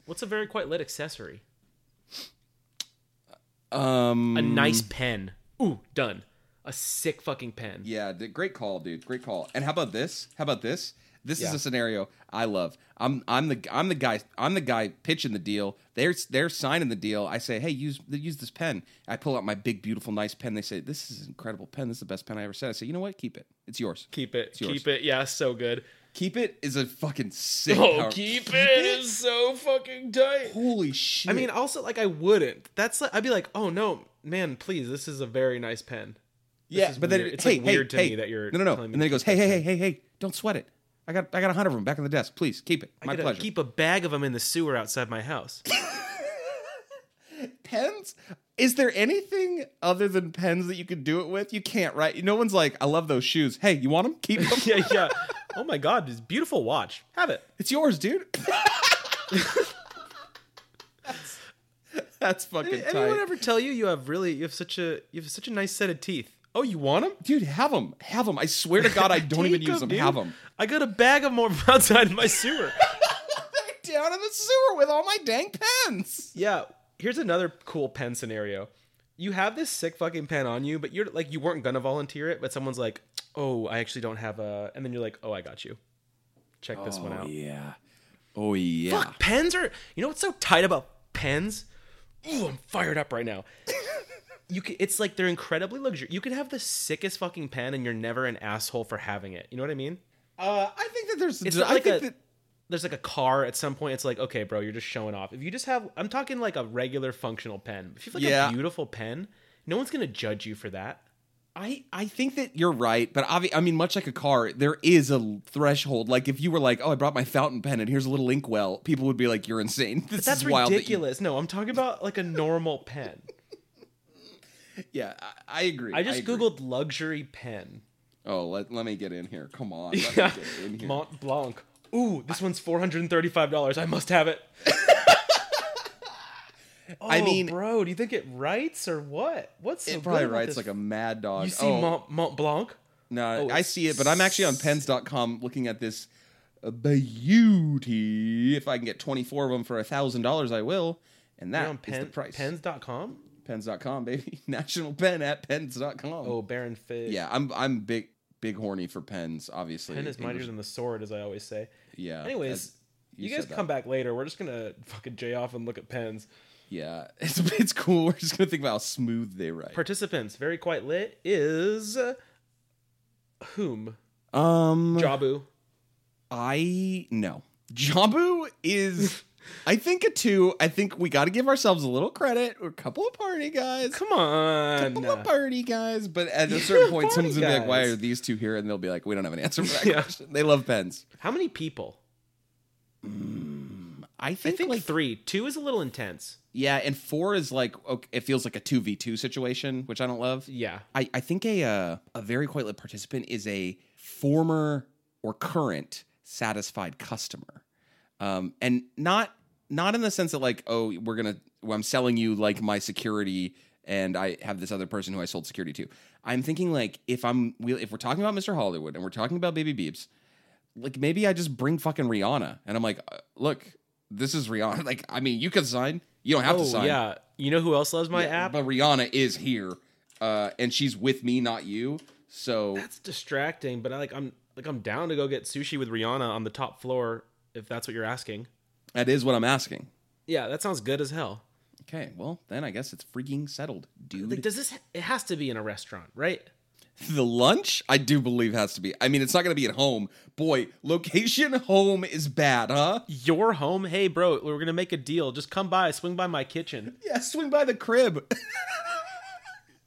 S2: What's a very quite lit accessory?
S1: um.
S2: A nice pen. Ooh, done. A sick fucking pen.
S1: Yeah, d- great call, dude. Great call. And how about this? How about this? This is
S2: Yeah.
S1: a scenario I love. I'm I'm the I'm the guy I'm the guy pitching the deal. They're they're signing the deal. I say, hey, use use this pen. I pull out my big, beautiful, nice pen. They say, this is an incredible pen. This is the best pen I ever said. I say, you know what? Keep it. It's yours.
S2: Keep it.
S1: yours.
S2: Keep it. Yeah, so good.
S1: Keep it is a fucking sick.
S2: Oh,
S1: power-
S2: keep, it. It's so fucking tight.
S1: Holy shit!
S2: I mean, also like I wouldn't. That's like I'd be like, oh no, man, please, this is a very nice pen.
S1: yeah,
S2: is
S1: but then
S2: weird.
S1: it's
S2: It's,
S1: hey,
S2: like,
S1: hey,
S2: weird to
S1: hey.
S2: me that you're
S1: no, no, no.
S2: telling me
S1: And then he
S2: to
S1: goes, hey, hey, hey, hey, hey, don't sweat it. I got I got a hundred of them back on the desk. Please keep it. My
S2: I gotta
S1: pleasure.
S2: keep a bag of them in the sewer outside my house.
S1: pens is there anything other than pens that you can do it with you can't right no one's like i love those shoes hey you want them keep them
S2: yeah, yeah. Oh my god, this beautiful watch. Have it.
S1: it's yours dude That's- that's fucking tight
S2: Anyone ever tell you you have really you have such a you have such a nice set of teeth? Oh, you want them?
S1: dude have them have them i swear to god i don't even use them have them
S2: I got a bag of more outside my sewer.
S1: down in the sewer with all my dang pens
S2: yeah. Here's another cool pen scenario. You have this sick fucking pen on you, but you're like you weren't gonna volunteer it, but someone's like, "Oh, I actually don't have a," and then you're like, "Oh, I got you. Check this one out."
S1: yeah oh yeah
S2: Fuck, pens are. You know what's so tight about pens? Ooh, I'm fired up right now. you c it's like they're incredibly luxurious. You could have the sickest fucking pen and you're never an asshole for having it. You know what I mean?
S1: Uh, I think that there's.
S2: It's
S1: I
S2: not like
S1: think
S2: a-
S1: that
S2: There's like a car at some point. It's like, okay, bro, you're just showing off. If you just have, I'm talking like a regular functional pen. If you have like
S1: Yeah.
S2: a beautiful pen, no one's gonna judge you for that.
S1: I, I think that you're right, but obvi- I mean, much like a car, there is a threshold. Like if you were like, "Oh, I brought my fountain pen and here's a little inkwell," people would be like, "You're insane. This
S2: That's
S1: is wild." that you-
S2: ridiculous. No, I'm talking about like a normal pen.
S1: yeah, I, I agree.
S2: I just
S1: agree.
S2: googled luxury pen.
S1: Oh, let, let me get in here. Come on, let me get in here.
S2: Mont Blanc. Ooh, this one's four hundred and thirty-five dollars. I must have it.
S1: I
S2: Oh,
S1: mean-
S2: bro, do you think it writes or what? What's so
S1: it probably
S2: good about
S1: writes
S2: this?
S1: like a mad dog.
S2: You see
S1: oh,
S2: Mont Mont Blanc?
S1: no,
S2: oh,
S1: I see it, but I'm actually on Pens.com looking at this uh, beauty. If I can get 24 of them for a thousand dollars, I will. And
S2: You're
S1: that
S2: on
S1: is
S2: pen,
S1: the price.
S2: pens.com?
S1: Pens.com, baby. National Pen at Pens.com.
S2: Oh, Baron Fig.
S1: Yeah, I'm I'm big big horny for pens. Obviously,
S2: Pen is mightier
S1: English-
S2: than the sword, as I always say.
S1: yeah.
S2: Anyways,
S1: that's-
S2: you, guys
S1: said that.
S2: come back later. We're just gonna fucking jay off and look at pens.
S1: Yeah, it's it's cool. We're just gonna think about how smooth they write.
S2: Participants, very quite lit is whom?
S1: Um,
S2: Jabu.
S1: I no. Jambu is, I think a two. I think we got to give ourselves a little credit. We're a couple of party guys,
S2: Come on.
S1: couple of party guys. Uh, But at a certain point,
S2: Party
S1: someone's gonna be like, "Why
S2: guys.
S1: are these two here?" And they'll be like, "We don't have an answer for that
S2: Yeah.
S1: question." They love pens.
S2: How many people?
S1: I
S2: I
S1: think,
S2: think
S1: like
S2: three. Two is a little intense.
S1: yeah, and four is like okay, it feels like a two v two situation, which I don't love.
S2: Yeah.
S1: I, I think a uh, a very quite lit participant is a former or current satisfied customer, um, and not not in the sense that like oh we're gonna well, I'm selling you like my security and I have this other person who I sold security to. I'm thinking like if I'm we- if we're talking about Mr. Hollywood and we're talking about Baby Beeps, like maybe I just bring fucking Rihanna and I'm like uh, look this is Rihanna like I mean you can sign you don't have to
S2: Oh,
S1: sign
S2: yeah. You know who else loves my
S1: yeah,
S2: app?
S1: But Rihanna is here, uh, and she's with me, not you. So
S2: That's distracting, but I like I'm like I'm down to go get sushi with Rihanna on the top floor if that's what you're asking.
S1: that is what I'm asking.
S2: Yeah, that sounds good as hell.
S1: Okay, well then I guess it's freaking settled, dude.
S2: Like does this it has to be in a restaurant, right?
S1: the lunch, I do believe, has to be. I mean, it's not gonna be at home. Boy, location home is bad, huh?
S2: Your home? Hey bro, we're going to make a deal. Just come by, swing by my kitchen.
S1: Yeah, swing by the crib.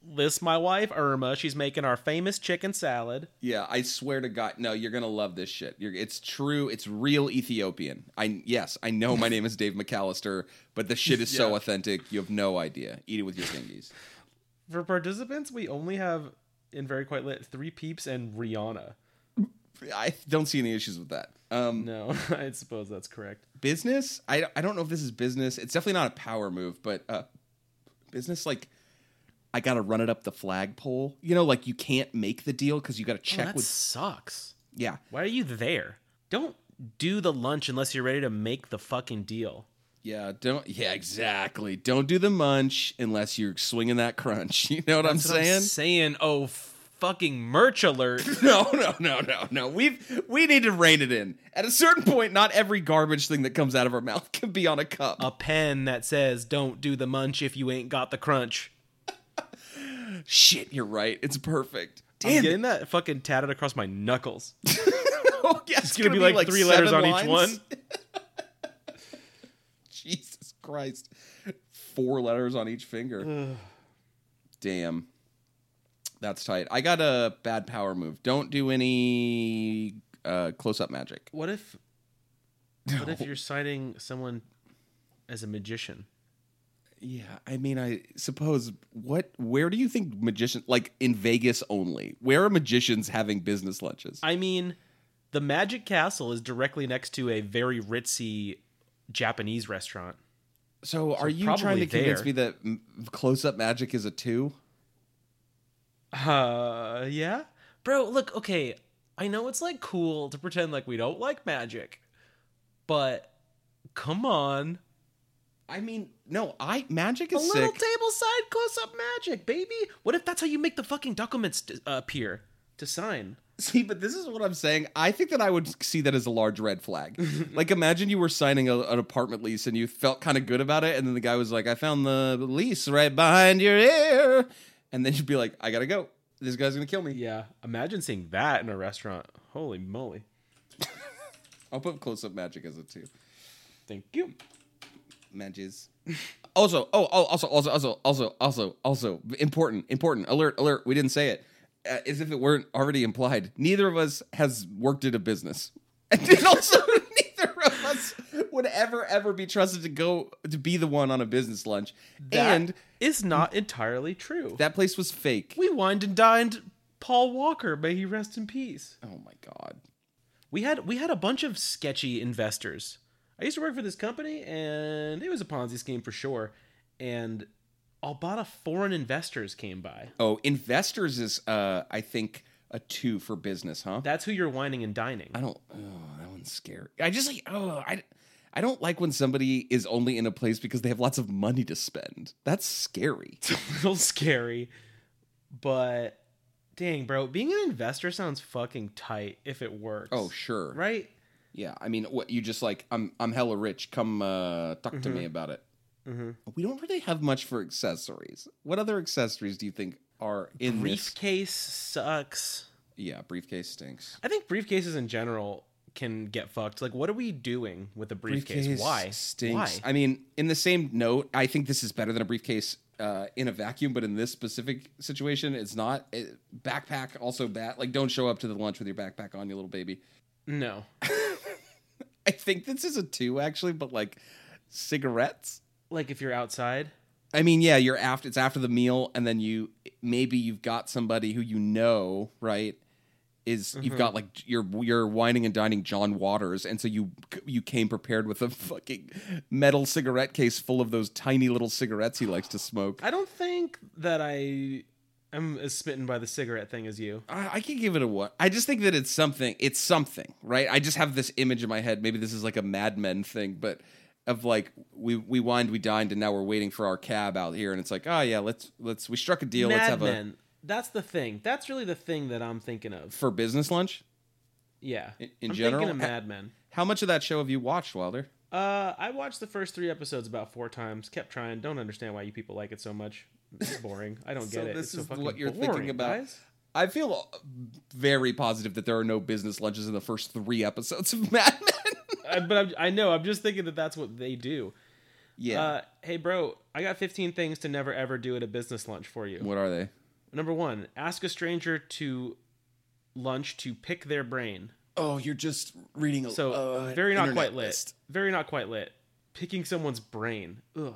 S2: This my wife Irma, she's making our famous chicken salad.
S1: yeah, I swear to God, no, you're gonna love this shit. You're, it's true. It's real Ethiopian. I yes, I know my name is Dave McAllister, but the shit is so
S2: Yeah.
S1: authentic. You have no idea. Eat it with your fingies.
S2: For participants, we only have in very quite lit 3 peeps and Rihanna.
S1: I don't see any issues with that. Um,
S2: No, I suppose that's correct.
S1: business I, I don't know if this is business it's definitely not a power move but uh business like i gotta run it up the flagpole you know like you can't make the deal because you gotta check
S2: that
S1: with
S2: sucks.
S1: yeah
S2: Why are you there? Don't do the lunch unless you're ready to make the fucking deal.
S1: yeah don't yeah exactly don't do the munch unless you're swinging that crunch you know what i'm
S2: That's what
S1: saying
S2: saying, oh, fucking merch alert.
S1: no no no no no we've we need to rein it in at a certain point not every garbage thing that comes out of our mouth can be on a cup
S2: a pen that says, don't do the munch if you ain't got the crunch.
S1: shit you're right it's perfect
S2: I'm
S1: damn
S2: getting that fucking tatted across my knuckles.
S1: oh, yeah, it's,
S2: gonna be, like, three letters
S1: seven
S2: on each
S1: Jesus Christ. Four letters on each finger. Damn. That's tight. I got a bad power move. Don't do any uh, close up magic.
S2: What if, what if you're citing someone as a magician?
S1: Yeah, I mean, I suppose what? Where do you think magician like in Vegas only? Where are magicians having business lunches?
S2: I mean, the Magic Castle is directly next to a very ritzy Japanese restaurant.
S1: so, are you
S2: probably
S1: trying to convince
S2: there.
S1: me that close up magic is a two?
S2: Uh, yeah. Bro, look, okay. I know it's like cool to pretend like we don't like magic, but come on.
S1: I mean, no, I magic
S2: A
S1: is
S2: little
S1: sick.
S2: table side close up magic, baby. What if that's how you make the fucking documents d- uh, appear? to sign.
S1: See, but this is what I'm saying. I think that I would see that as a large red flag. like, imagine you were signing a, an apartment lease and you felt kind of good about it, and then the guy was like, "I found the lease right behind your ear," and then you'd be like, "I gotta go. This guy's gonna kill me."
S2: Yeah. Imagine seeing that in a restaurant. Holy moly.
S1: I'll put close up magic as a two.
S2: Thank you.
S1: Manges. also, oh, oh, also, also, also, also, also, also, important, important. Alert, alert. We didn't say it. Uh, as if it weren't already implied. Neither of us has worked in a business, and then also neither of us would ever, ever be trusted to go to be the one on a business lunch. and
S2: and is not entirely true.
S1: that place was fake.
S2: we wined and dined Paul Walker, may he rest in peace.
S1: oh my god.
S2: We had we had a bunch of sketchy investors. I used to work for this company and it was a Ponzi scheme for sure. And a lot of foreign investors came by.
S1: Oh, investors is, uh, I think, a two for business, huh?
S2: That's who you're whining and dining.
S1: I don't. Oh, that one's scary. I just like. Oh, I. I don't like when somebody is only in a place because they have lots of money to spend. That's scary.
S2: a little scary, but dang, bro, being an investor sounds fucking tight if it works.
S1: Oh, sure.
S2: right?
S1: Yeah. I mean, what you just like? I'm I'm hella rich. Come uh, talk to me about it.
S2: Mm-hmm.
S1: We don't really have much for accessories. What other accessories do you think are in this?
S2: Briefcase sucks.
S1: Yeah, briefcase stinks.
S2: I think briefcases in general can get fucked. Like, what are we doing with a briefcase? Why?
S1: stinks?
S2: Why?
S1: I mean, in the same note, I think this is better than a briefcase uh, in a vacuum, but in this specific situation, it's not. It, backpack also bad. Like, don't show up to the lunch with your backpack on, you little baby.
S2: No.
S1: I think this is a two actually, but like cigarettes.
S2: Like, if you're outside,
S1: I mean, yeah, you're after it's after the meal, and then you maybe you've got somebody who you know, right? Is you've got like you're you're whining and dining John Waters, and so you you came prepared with a fucking metal cigarette case full of those tiny little cigarettes he likes to smoke.
S2: I don't think that I am as smitten by the cigarette thing as you.
S1: I, I can give it a what. I just think that it's something. It's something, right? I just have this image in my head. Maybe this is like a Mad Men thing, but of like we we wined, we dined, and now we're waiting for our cab out here, and it's like, oh yeah, let's let's we struck a deal. let's
S2: Mad
S1: have
S2: Men. That's the thing. That's really the thing that I'm thinking
S1: a
S2: of.
S1: for business lunch.
S2: Yeah.
S1: In- in
S2: I'm
S1: general?
S2: thinking of Mad Men.
S1: How much of that show have you watched, Wilder?
S2: Uh, I watched the first three episodes about four times. Kept trying. Don't understand why you people like it so much. It's boring. I don't
S1: So
S2: get it.
S1: this
S2: It's so
S1: is
S2: fucking
S1: what you're
S2: boring,
S1: thinking about.
S2: guys.
S1: I feel uh, very positive that there are no business lunches in the first three episodes of Mad Men.
S2: I, but I'm, I know. I'm just thinking that that's what they do.
S1: yeah.
S2: Uh, hey, bro. I got 15 things to never ever do at a business lunch for you.
S1: what are they?
S2: Number one, ask a stranger to lunch to pick their brain.
S1: Oh, you're just reading a uh,
S2: So uh, very not quite lit. Very not quite lit. Picking someone's brain. Ugh.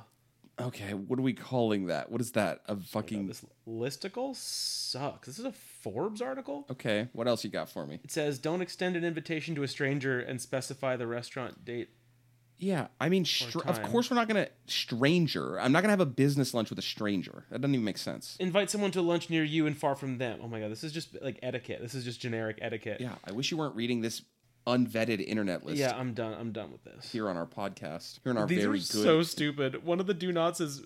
S1: Okay, what are we calling that? What is that? A fucking
S2: This listicle sucks. This is a Forbes article.
S1: okay. What else you got for me?
S2: It says, "Don't extend an invitation to a stranger and specify the restaurant date."
S1: Yeah, I mean, str- of
S2: time.
S1: course we're not gonna stranger. I'm not gonna have a business lunch with a stranger. That doesn't even make sense.
S2: Invite someone to lunch near you and far from them. Oh my god, this is just like etiquette. This is just generic etiquette.
S1: Yeah, I wish you weren't reading this unvetted internet list
S2: Yeah, I'm done. I'm done with this.
S1: here on our podcast. Here on our
S2: These
S1: very
S2: are
S1: good.
S2: so stupid. One of the do nots is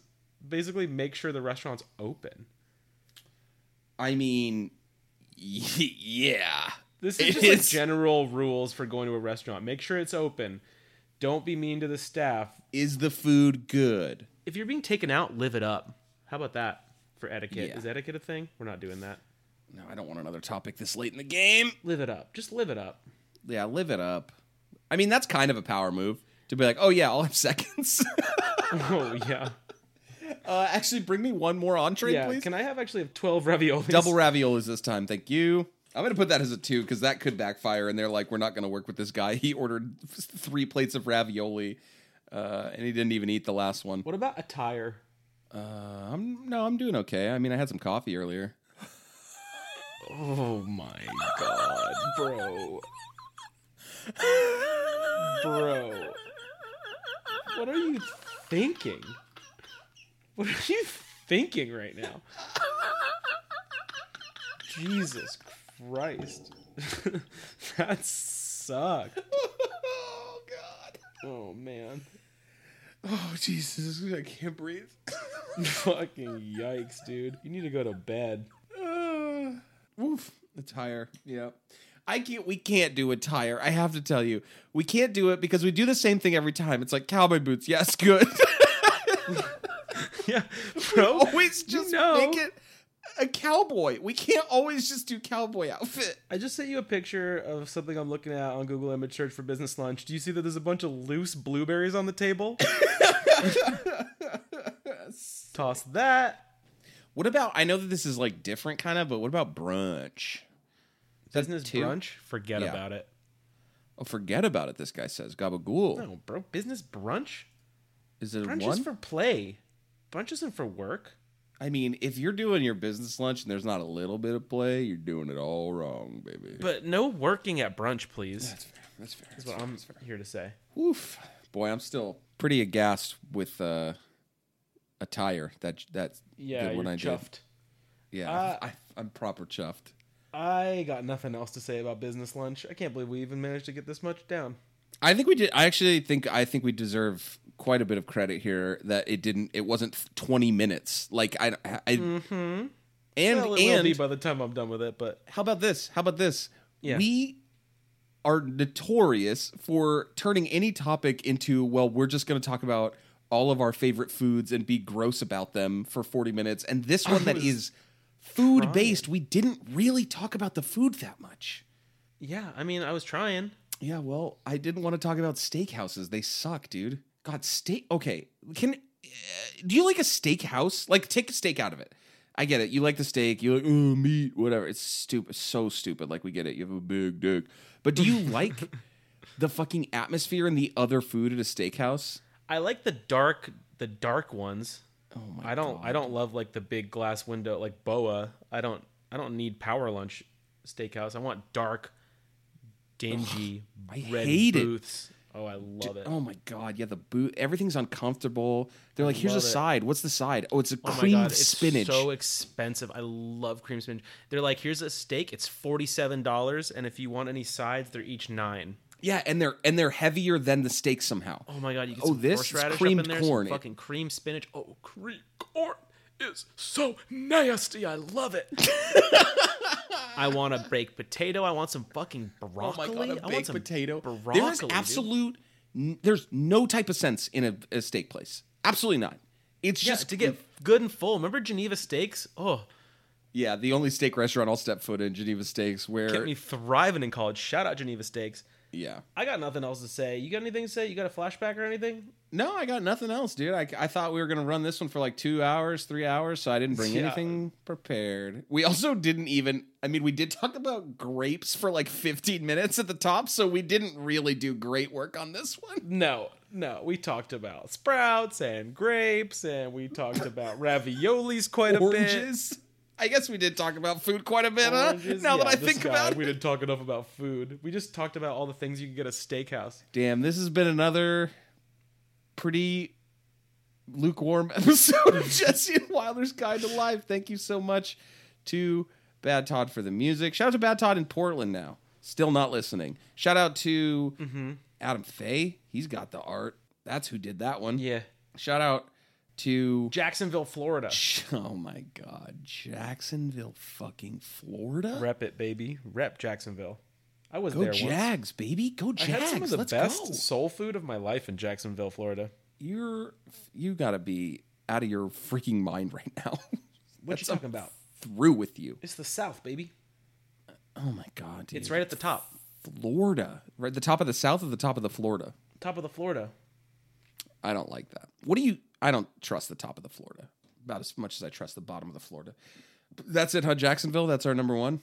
S2: basically make sure the restaurant's open.
S1: I mean, yeah.
S2: This is
S1: It
S2: just like
S1: is-
S2: general rules for going to a restaurant. Make sure it's open. Don't be mean to the staff.
S1: Is the food good?
S2: If you're being taken out, live it up. How about that for etiquette?
S1: Yeah.
S2: Is etiquette a thing? We're not doing that.
S1: No, I don't want another topic this late in the game.
S2: Live it up. Just live it up.
S1: Yeah, live it up. I mean, that's kind of a power move to be like, oh yeah, I'll have seconds.
S2: oh yeah.
S1: uh, actually, bring me one more entree,
S2: Yeah,
S1: please.
S2: can I have actually have twelve raviolis?
S1: Double raviolis this time, thank you. I'm gonna put that as a two because that could backfire, and they're like, we're not gonna work with this guy. He ordered three plates of ravioli, uh, and he didn't even eat the last one.
S2: What about attire?
S1: Uh, I'm no, I'm doing okay. I mean, I had some coffee earlier.
S2: Oh my god, bro, bro, what are you thinking? What are you thinking right now? Jesus Christ, that sucked.
S1: oh God.
S2: Oh man,
S1: Oh Jesus, I can't breathe.
S2: fucking yikes, dude. You need to go to bed.
S1: Uh, Woof. A tire. Yeah. I can't. We can't do a tire. I have to tell you, we can't do it because we do the same thing every time. It's like cowboy boots. Yes, good.
S2: yeah,
S1: We
S2: bro.
S1: always just
S2: know.
S1: make it a cowboy. We can't always just do cowboy outfit.
S2: I just sent you a picture of something I'm looking at on Google Image Search for business lunch. Do you see that there's a bunch of loose blueberries on the table? Toss that.
S1: What about? I know that this is like different kind of, but what about brunch?
S2: Business
S1: two?
S2: brunch? Forget
S1: Yeah.
S2: about it.
S1: Oh, forget about it. This guy says gabagool.
S2: No, bro. Business brunch?
S1: Is it a
S2: Brunch
S1: one?
S2: is for play. Brunch isn't for work.
S1: I mean, if you're doing your business lunch and there's not a little bit of play, you're doing it all wrong, baby.
S2: But no working at brunch, please.
S1: that's fair. That's fair.
S2: That's what I'm here to say.
S1: Oof. Boy, I'm still pretty aghast with uh, a tire. That that's
S2: Yeah,
S1: good
S2: you're
S1: one I
S2: chuffed.
S1: did. Yeah,
S2: Uh,
S1: I, I'm proper chuffed.
S2: I got nothing else to say about business lunch. I can't believe we even managed to get this much down.
S1: I think we did. I actually think I think we deserve quite a bit of credit here that it didn't. It wasn't 20 minutes. Like I, I and
S2: Mm-hmm. Well, it will
S1: and
S2: be by the time I'm done with it, but
S1: how about this? How about this?
S2: Yeah.
S1: We are notorious for turning any topic into, well, we're just going to talk about all of our favorite foods and be gross about them for 40 minutes. And this one that
S2: was
S1: is food based, we didn't really talk about the food that much.
S2: yeah, I mean, I was trying.
S1: Yeah, well, I didn't want to talk about steakhouses. They suck, dude. God, steak. Okay, can uh, do you like a steakhouse? Like, take a steak out of it. I get it. You like the steak. You like oh, meat, whatever. It's stupid. So stupid. Like we get it. You have a big dick. But do you like the fucking atmosphere and the other food at a steakhouse?
S2: I like the dark, the dark ones.
S1: Oh my!
S2: I don't, I don't love like the big glass window, like boa. I don't, I don't need power lunch steakhouse. I want dark, dingy,
S1: I
S2: red
S1: hate it.
S2: booths. Oh, I love it.
S1: Oh my god! Yeah, the boot. Everything's uncomfortable. They're like, here's a
S2: love it.
S1: side. What's the side? Oh, it's a
S2: Oh my
S1: cream
S2: God,
S1: spinach.
S2: It's so expensive. I love cream spinach. They're like, here's a steak. It's forty seven dollars, and if you want any sides, they're each nine.
S1: yeah, and they're and they're heavier than the steak somehow.
S2: Oh my god, you get
S1: Oh,
S2: some
S1: this is
S2: horseradish
S1: creamed
S2: up in there,
S1: corn. It-
S2: some fucking cream spinach. Oh, cream corn is so nasty. I love it. I want a baked potato. I want some fucking broccoli. I want some Broccoli.
S1: There is
S2: dude.
S1: absolute. N- there's no type of sense in a, a steak place. Absolutely not. It's
S2: Yeah,
S1: just
S2: to get good and full. Remember Geneva steaks? Oh,
S1: yeah. The only steak restaurant I'll step foot in Geneva Steaks where
S2: kept me thriving in college. Shout out Geneva steaks.
S1: yeah.
S2: I got nothing else to say. You got anything to say? You got a flashback or anything?
S1: No, I got nothing else, dude. I, I thought we were gonna run this one for like two hours, three hours, so I didn't bring
S2: Yeah.
S1: anything prepared. We also didn't even. I mean, we did talk about grapes for like 15 minutes at the top, so we didn't really do great work on this one.
S2: No, no. We talked about sprouts and grapes, and we talked about raviolis quite a bit.
S1: Oranges. I guess we did talk about food quite a bit,
S2: Uh-huh.
S1: huh? Now that I think about it.
S2: we didn't talk enough about food. We just talked about all the things you can get at a steakhouse.
S1: Damn, this has been another pretty lukewarm episode of Jesse and Wilder's Guide to Life. Thank you so much to Bad Todd for the music. Shout out to Bad Todd in Portland now. Still not listening. Shout out to
S2: Mm-hmm.
S1: Adam Fay. He's got the art. That's who did that one.
S2: Yeah,
S1: Shout out to
S2: Jacksonville, Florida.
S1: Oh my god, Jacksonville fucking Florida.
S2: Rep it, baby. Rep Jacksonville. I was
S1: Go
S2: there once.
S1: Jags, baby. Go
S2: I
S1: Jags.
S2: had some of the
S1: Let's
S2: best
S1: go.
S2: soul food of my life in Jacksonville, Florida.
S1: you're you gotta be out of your freaking mind right now.
S2: What you talking about?
S1: Through with you.
S2: It's the South, baby.
S1: Oh my god, dude.
S2: It's right at the top,
S1: Florida, right at the top of the south or the top of the Florida.
S2: top of the Florida.
S1: I don't like that. What do you? I don't trust the top of the Florida about as much as I trust the bottom of the Florida. That's it, huh? Jacksonville. That's our number one.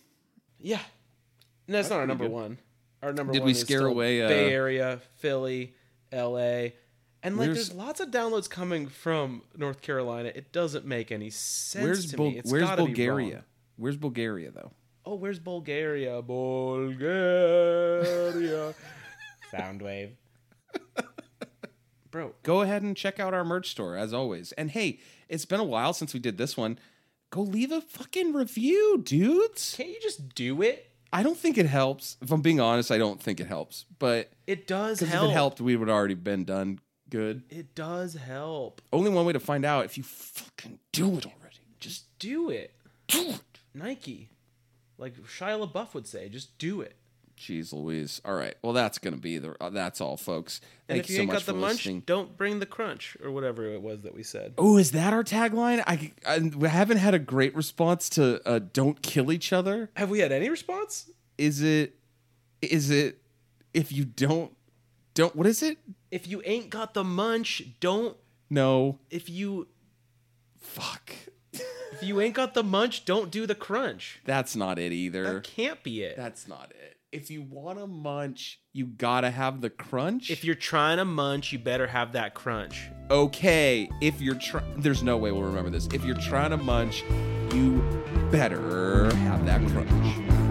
S2: Yeah, no, that's not our number one. Our number
S1: Did
S2: one
S1: we
S2: is
S1: scare
S2: still
S1: away, uh,
S2: Bay Area, Philly, L.A. And like,
S1: Where's-
S2: there's lots of downloads coming from North Carolina. It doesn't make any sense
S1: Where's
S2: to
S1: Bul-
S2: me. It's
S1: Where's
S2: gotta be
S1: Bulgaria?
S2: wrong.
S1: Where's Bulgaria though?
S2: Oh, where's Bulgaria? Bulgaria. Soundwave. Bro,
S1: go ahead and check out our merch store as always. And hey, it's been a while since we did this one. Go leave a fucking review, dudes.
S2: can't you just do it?
S1: I don't think it helps. If I'm being honest, I don't think it helps. But
S2: It does
S1: because if
S2: help.
S1: it helped, we would already been done good.
S2: It does help.
S1: Only one way to find out if you fucking do it already.
S2: Just do it.
S1: Do it.
S2: Nike. Like Shia LaBeouf would say, just do it.
S1: Jeez Louise. All right. Well, that's going to be the. uh, That's all, folks.
S2: And
S1: Thank
S2: if
S1: you
S2: you
S1: so
S2: ain't
S1: much
S2: got the
S1: for
S2: munch,
S1: listening.
S2: don't bring the crunch or whatever it was that we said.
S1: Oh, is that our tagline? I, I we haven't had a great response to uh, "Don't kill each other."
S2: Have we had any response?
S1: Is it? Is it? If you don't, don't. What is it?
S2: If you ain't got the munch, don't.
S1: No.
S2: If you
S1: Fuck.
S2: if you ain't got the munch, don't do the crunch.
S1: That's not it either.
S2: That can't be it.
S1: That's not it. If you want to munch, you gotta have the crunch.
S2: If you're trying to munch, you better have that crunch.
S1: okay, if you're trying, there's no way we'll remember this. If you're trying to munch, you better have that crunch.